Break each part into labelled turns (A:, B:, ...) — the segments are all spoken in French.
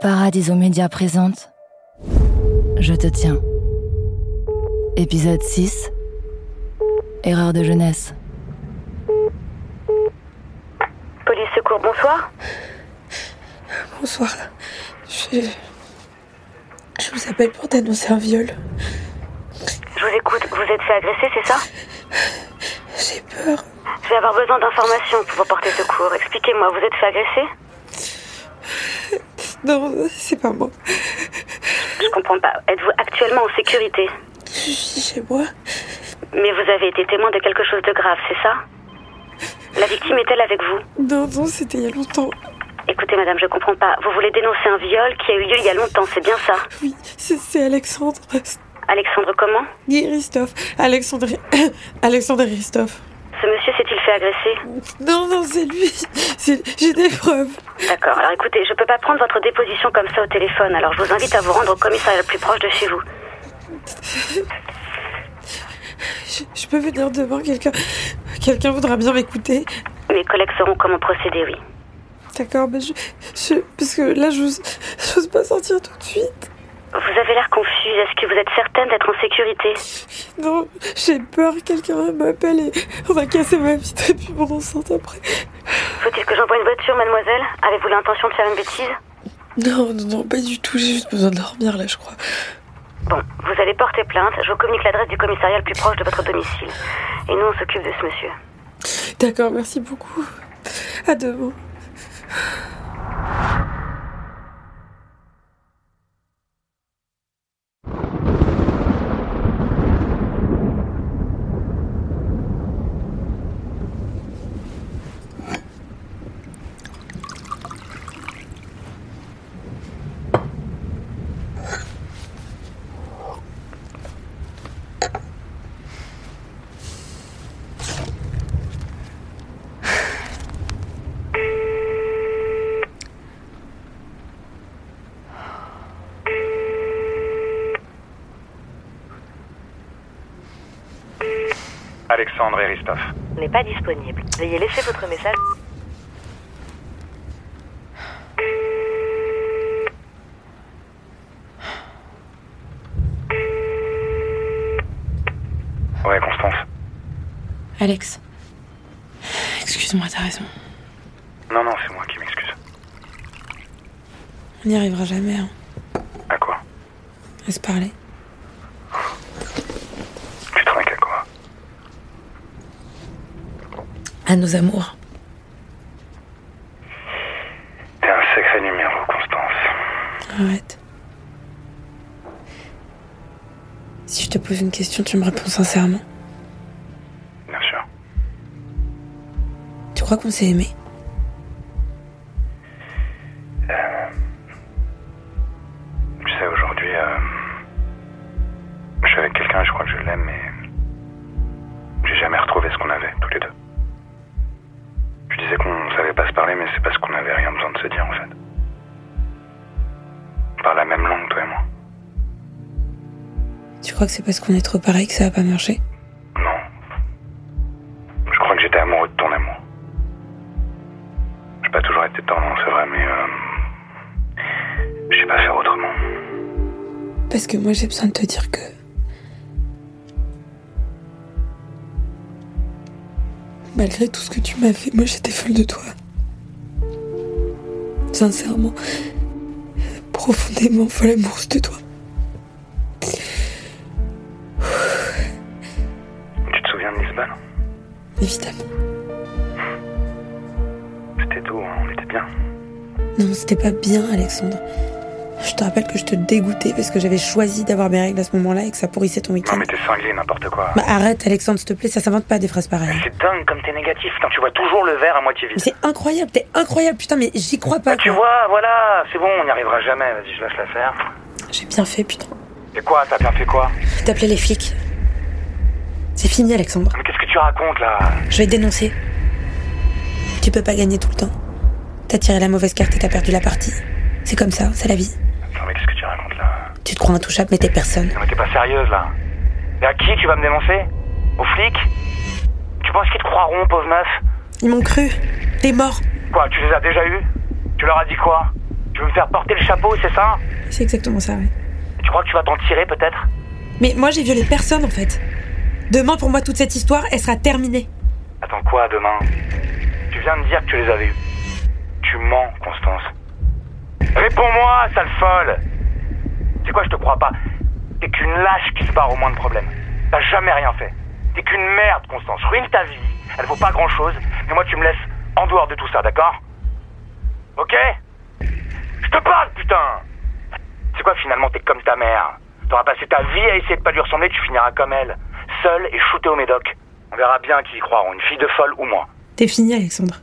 A: Paradiso Média présente Je te tiens. Épisode 6 Erreur de jeunesse.
B: Police secours, bonsoir.
C: Bonsoir. Je... Je vous appelle pour dénoncer un viol.
B: Je vous écoute. Vous êtes fait agresser, c'est ça
C: J'ai peur.
B: Je vais avoir besoin d'informations pour vous porter secours. Expliquez-moi, vous êtes fait agresser
C: Non, c'est pas moi.
B: Je comprends pas. Êtes-vous actuellement en sécurité
C: Je suis chez moi.
B: Mais vous avez été témoin de quelque chose de grave, c'est ça La victime est-elle avec vous
C: Non, non, c'était il y a longtemps.
B: Écoutez, madame, je comprends pas. Vous voulez dénoncer un viol qui a eu lieu il y a longtemps, c'est bien ça
C: Oui, c'est c'est Alexandre.
B: Alexandre, comment
C: Guy Christophe. Alexandre... Alexandre Christophe.
B: Ce monsieur s'est-il fait agresser
C: Non, non, c'est lui. C'est- J'ai des preuves.
B: D'accord. Alors écoutez, je peux pas prendre votre déposition comme ça au téléphone, alors je vous invite à vous rendre au commissariat le plus proche de chez vous.
C: Je, je peux venir demain. Quelqu'un quelqu'un voudra bien m'écouter.
B: Mes collègues sauront comment procéder, oui.
C: D'accord, mais je, je- Parce que là, j'ose j'ose pas sortir tout de suite.
B: Vous avez l'air confuse. Est-ce que vous êtes certaine d'être en sécurité
C: Non, j'ai peur. Quelqu'un m'appelle et on va casser ma vitre et puis mon enceinte après.
B: Faut-il que j'envoie une voiture, mademoiselle Avez-vous l'intention de faire une bêtise
C: Non, non, non, pas du tout. J'ai juste besoin de dormir là, je crois.
B: Bon, vous allez porter plainte. Je vous communique l'adresse du commissariat le plus proche de votre domicile. Et nous, on s'occupe de ce monsieur.
C: D'accord, merci beaucoup. À demain.
D: Alexandre et Christophe.
B: N'est pas disponible. Veuillez laisser votre message.
D: Ouais, Constance.
E: Alex. Excuse-moi, t'as raison.
D: Non, non, c'est moi qui m'excuse.
E: On n'y arrivera jamais hein,
D: À quoi
E: à se parler.
D: Tu trinques à quoi
E: À nos amours.
D: T'es un sacré numéro, Constance.
E: Arrête. Si je te pose une question, tu me réponds sincèrement.
D: Bien sûr.
E: Tu crois qu'on s'est aimé
D: Euh, Tu sais, aujourd'hui, euh, je suis avec quelqu'un et je crois que je l'aime, mais j'ai jamais retrouvé ce qu'on avait, tous les deux. Je disais qu'on savait pas se parler, mais c'est parce qu'on avait rien besoin de se dire, en fait. On parle la même langue, toi et moi.
E: Tu crois que c'est parce qu'on est trop pareil que ça a pas marché
D: Non. Je crois que j'étais amoureux de ton amour. J'ai pas toujours été tendance, c'est vrai, mais. Euh... Je sais pas faire autrement.
E: Parce que moi j'ai besoin de te dire que. Malgré tout ce que tu m'as fait, moi j'étais folle de toi. Sincèrement, profondément folle amoureuse de toi.
D: Tu te souviens de Lisbonne
E: Évidemment.
D: C'était tout, hein, on était bien.
E: Non, c'était pas bien, Alexandre. Je te rappelle que je te dégoûtais parce que j'avais choisi d'avoir mes règles à ce moment-là et que ça pourrissait ton
D: Non,
E: week-end.
D: mais t'es cinglé, n'importe quoi.
E: Bah arrête, Alexandre, s'il te plaît, ça s'invente pas des phrases pareilles.
D: C'est dingue comme t'es négatif. Putain, tu vois toujours le verre à moitié
E: Mais
D: vide.
E: c'est incroyable, t'es incroyable, putain, mais j'y crois
D: Bah,
E: pas.
D: tu
E: quoi.
D: vois, voilà, c'est bon, on n'y arrivera jamais. Vas-y, je lâche l'affaire.
E: J'ai bien fait, putain.
D: Et quoi T'as bien fait quoi
E: T'appelais les flics. C'est fini, Alexandre.
D: Mais qu'est-ce que tu racontes là
E: Je vais te dénoncer. Tu peux pas gagner tout le temps. T'as tiré la mauvaise carte et t'as perdu la partie. C'est comme ça, c'est la vie.
D: Non, mais qu'est-ce que tu racontes là
E: Tu te crois intouchable, mais t'es personne.
D: Non, mais t'es pas sérieuse là. Et à qui tu vas me dénoncer Aux flics Tu penses qu'ils te croiront, pauvre meuf
E: Ils m'ont cru. T'es mort.
D: Quoi, tu les as déjà eus Tu leur as dit quoi Tu
F: veux me faire porter le chapeau, c'est ça
E: C'est exactement ça, ouais.
F: Tu crois que tu vas t'en tirer peut-être
E: Mais moi, j'ai violé personne en fait. Demain, pour moi, toute cette histoire, elle sera terminée.
D: Attends quoi demain Tu viens de dire que tu les avais eus. Tu mens, Constance.
F: Réponds-moi, sale folle C'est quoi, je te crois pas T'es qu'une lâche qui se barre au moins de problème. T'as jamais rien fait. T'es qu'une merde, Constance. Ruine ta vie, elle vaut pas grand-chose, mais moi tu me laisses en dehors de tout ça, d'accord Ok Je te parle, putain C'est quoi finalement, t'es comme ta mère T'auras passé ta vie à essayer de pas lui ressembler, tu finiras comme elle. Seule et shootée au médoc. On verra bien qui y croiront, une fille de folle ou moi.
E: T'es fini, Alexandre.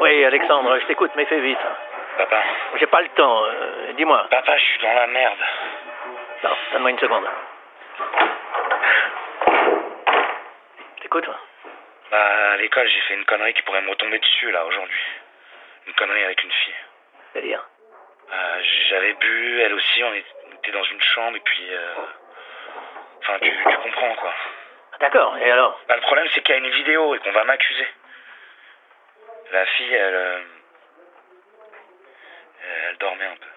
G: Oui, Alexandre, je t'écoute, mais fais vite.
D: Papa,
G: J'ai pas le temps. euh, Dis-moi.
D: papa, je suis dans la merde.
G: Non, donne-moi une seconde. T'écoutes
D: Bah, à l'école, j'ai fait une connerie qui pourrait me retomber dessus, là, aujourd'hui. Une connerie avec une fille.
G: C'est-à-dire
D: Euh, J'avais bu, elle aussi, on était dans une chambre, et puis... euh, Enfin, tu, tu comprends, quoi.
G: Ah, D'accord, et alors
D: Bah, le problème, c'est qu'il y a une vidéo et qu'on va m'accuser. La fille, elle... euh, Elle dormait un peu.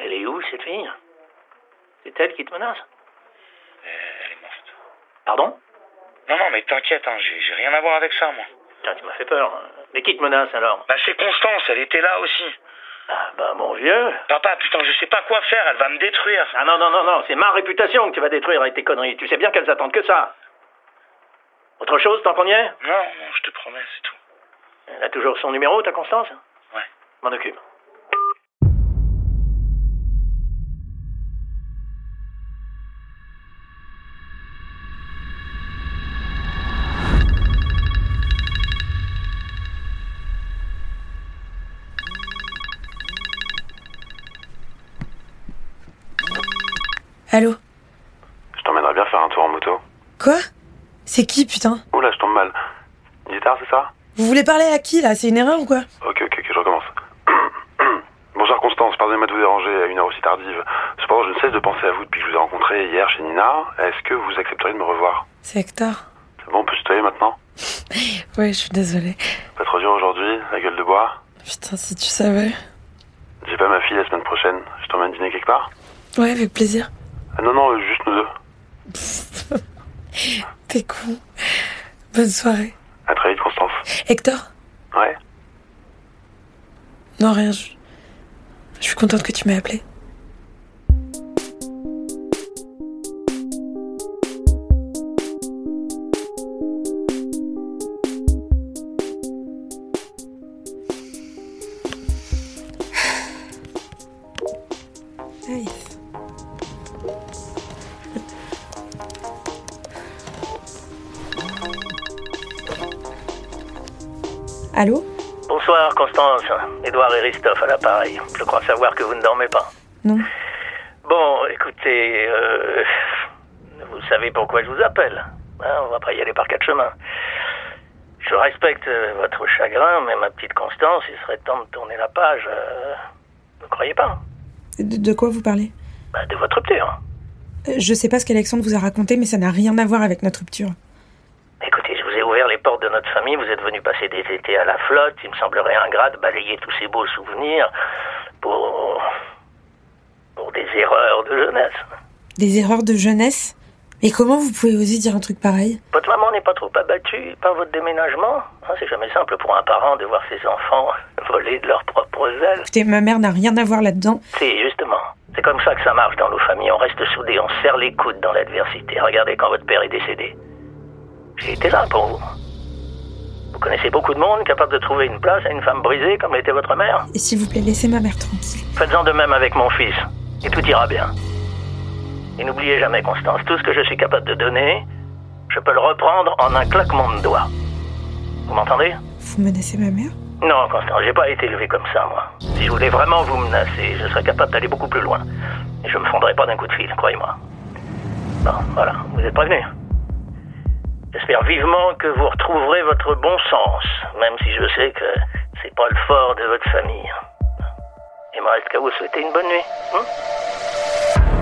G: Elle est où, cette fille C'est elle qui te menace
D: Elle elle est morte.
G: Pardon
D: Non, non, mais t'inquiète, hein, j'ai j'ai rien à voir avec ça, moi.
G: Tiens, tu m'as fait peur. Mais qui te menace, alors
D: Bah, c'est Constance, elle était là aussi.
G: Ah, bah, mon vieux.
D: Papa, putain, je sais pas quoi faire, elle va me détruire.
G: Ah non, non, non, non, c'est ma réputation que tu vas détruire avec tes conneries. Tu sais bien qu'elles attendent que ça. Autre chose, tant qu'on y est
D: Non, non, je te promets, c'est tout.
G: Elle a toujours son numéro, ta Constance
D: Ouais.
G: M'en occupe.
E: Allô
D: Je t'emmènerais bien faire un tour en moto.
E: Quoi C'est qui, putain
D: Oula, je tombe mal. Il est tard, c'est ça
E: Vous voulez parler à qui, là C'est une erreur ou quoi
D: Ok, ok, ok, je recommence. Bonjour Constance, pardonnez-moi de vous déranger à une heure aussi tardive. Cependant, je ne cesse de penser à vous depuis que je vous ai rencontré hier chez Nina. Est-ce que vous accepteriez de me revoir
E: C'est Hector.
D: C'est bon, on peut se tutoyer maintenant
E: Ouais, je suis désolée.
D: Pas trop dur aujourd'hui, la gueule de bois.
E: Putain, si tu savais.
D: J'ai pas ma fille la semaine prochaine. Je t'emmène dîner quelque part
E: Ouais, avec plaisir.
D: ah, Non, non, euh, juste nous deux.
E: T'es con. Bonne soirée.
D: À très vite, Constance.
E: Hector
D: Ouais
E: Non, rien. Je... je suis contente que tu m'aies appelé. Nice. Allô
G: Bonsoir, Constance. Édouard et Christophe à l'appareil. Je crois savoir que vous ne dormez pas.
E: Non.
G: Bon, écoutez, euh, vous savez pourquoi je vous appelle. hein, on va pas y aller par quatre chemins. Je respecte euh, votre chagrin, mais ma petite Constance, il serait temps de tourner la page. euh, vous croyez pas
E: De, de quoi vous parlez
G: Bah, De votre rupture.
E: Euh, Je sais pas ce qu'Alexandre vous a raconté, mais ça n'a rien à voir avec notre rupture.
G: Écoutez, je vous ai ouvert les portes de notre famille, vous êtes venu passer des étés à la flotte, il me semblerait ingrat de balayer tous ces beaux souvenirs pour. pour des erreurs de jeunesse.
E: Des erreurs de jeunesse Mais comment vous pouvez oser dire un truc pareil
G: Votre maman n'est pas trop abattue par votre déménagement hein, C'est jamais simple pour un parent de voir ses enfants voler de leurs propres ailes.
E: Écoutez, ma mère n'a rien à voir là-dedans.
G: Si, justement. C'est comme ça que ça marche dans nos familles. On reste soudés, on serre les coudes dans l'adversité. Regardez quand votre père est décédé. J'ai été là pour vous. Vous connaissez beaucoup de monde capable de trouver une place à une femme brisée comme l'était votre mère
E: Et s'il vous plaît, laissez ma mère tranquille.
G: Faites-en de même avec mon fils, et tout ira bien. Et n'oubliez jamais, Constance, tout ce que je suis capable de donner, je peux le reprendre en un claquement de doigts. Vous m'entendez
E: Vous menacez ma mère
G: Non, Constance, j'ai pas été élevé comme ça, moi. Si je voulais vraiment vous menacer, je serais capable d'aller beaucoup plus loin. Et je me fondrais pas d'un coup de fil, croyez-moi. Bon, voilà, vous êtes prévenu. J'espère vivement que vous retrouverez votre bon sens, même si je sais que c'est pas le fort de votre famille. Il me reste qu'à vous souhaiter une bonne nuit. hein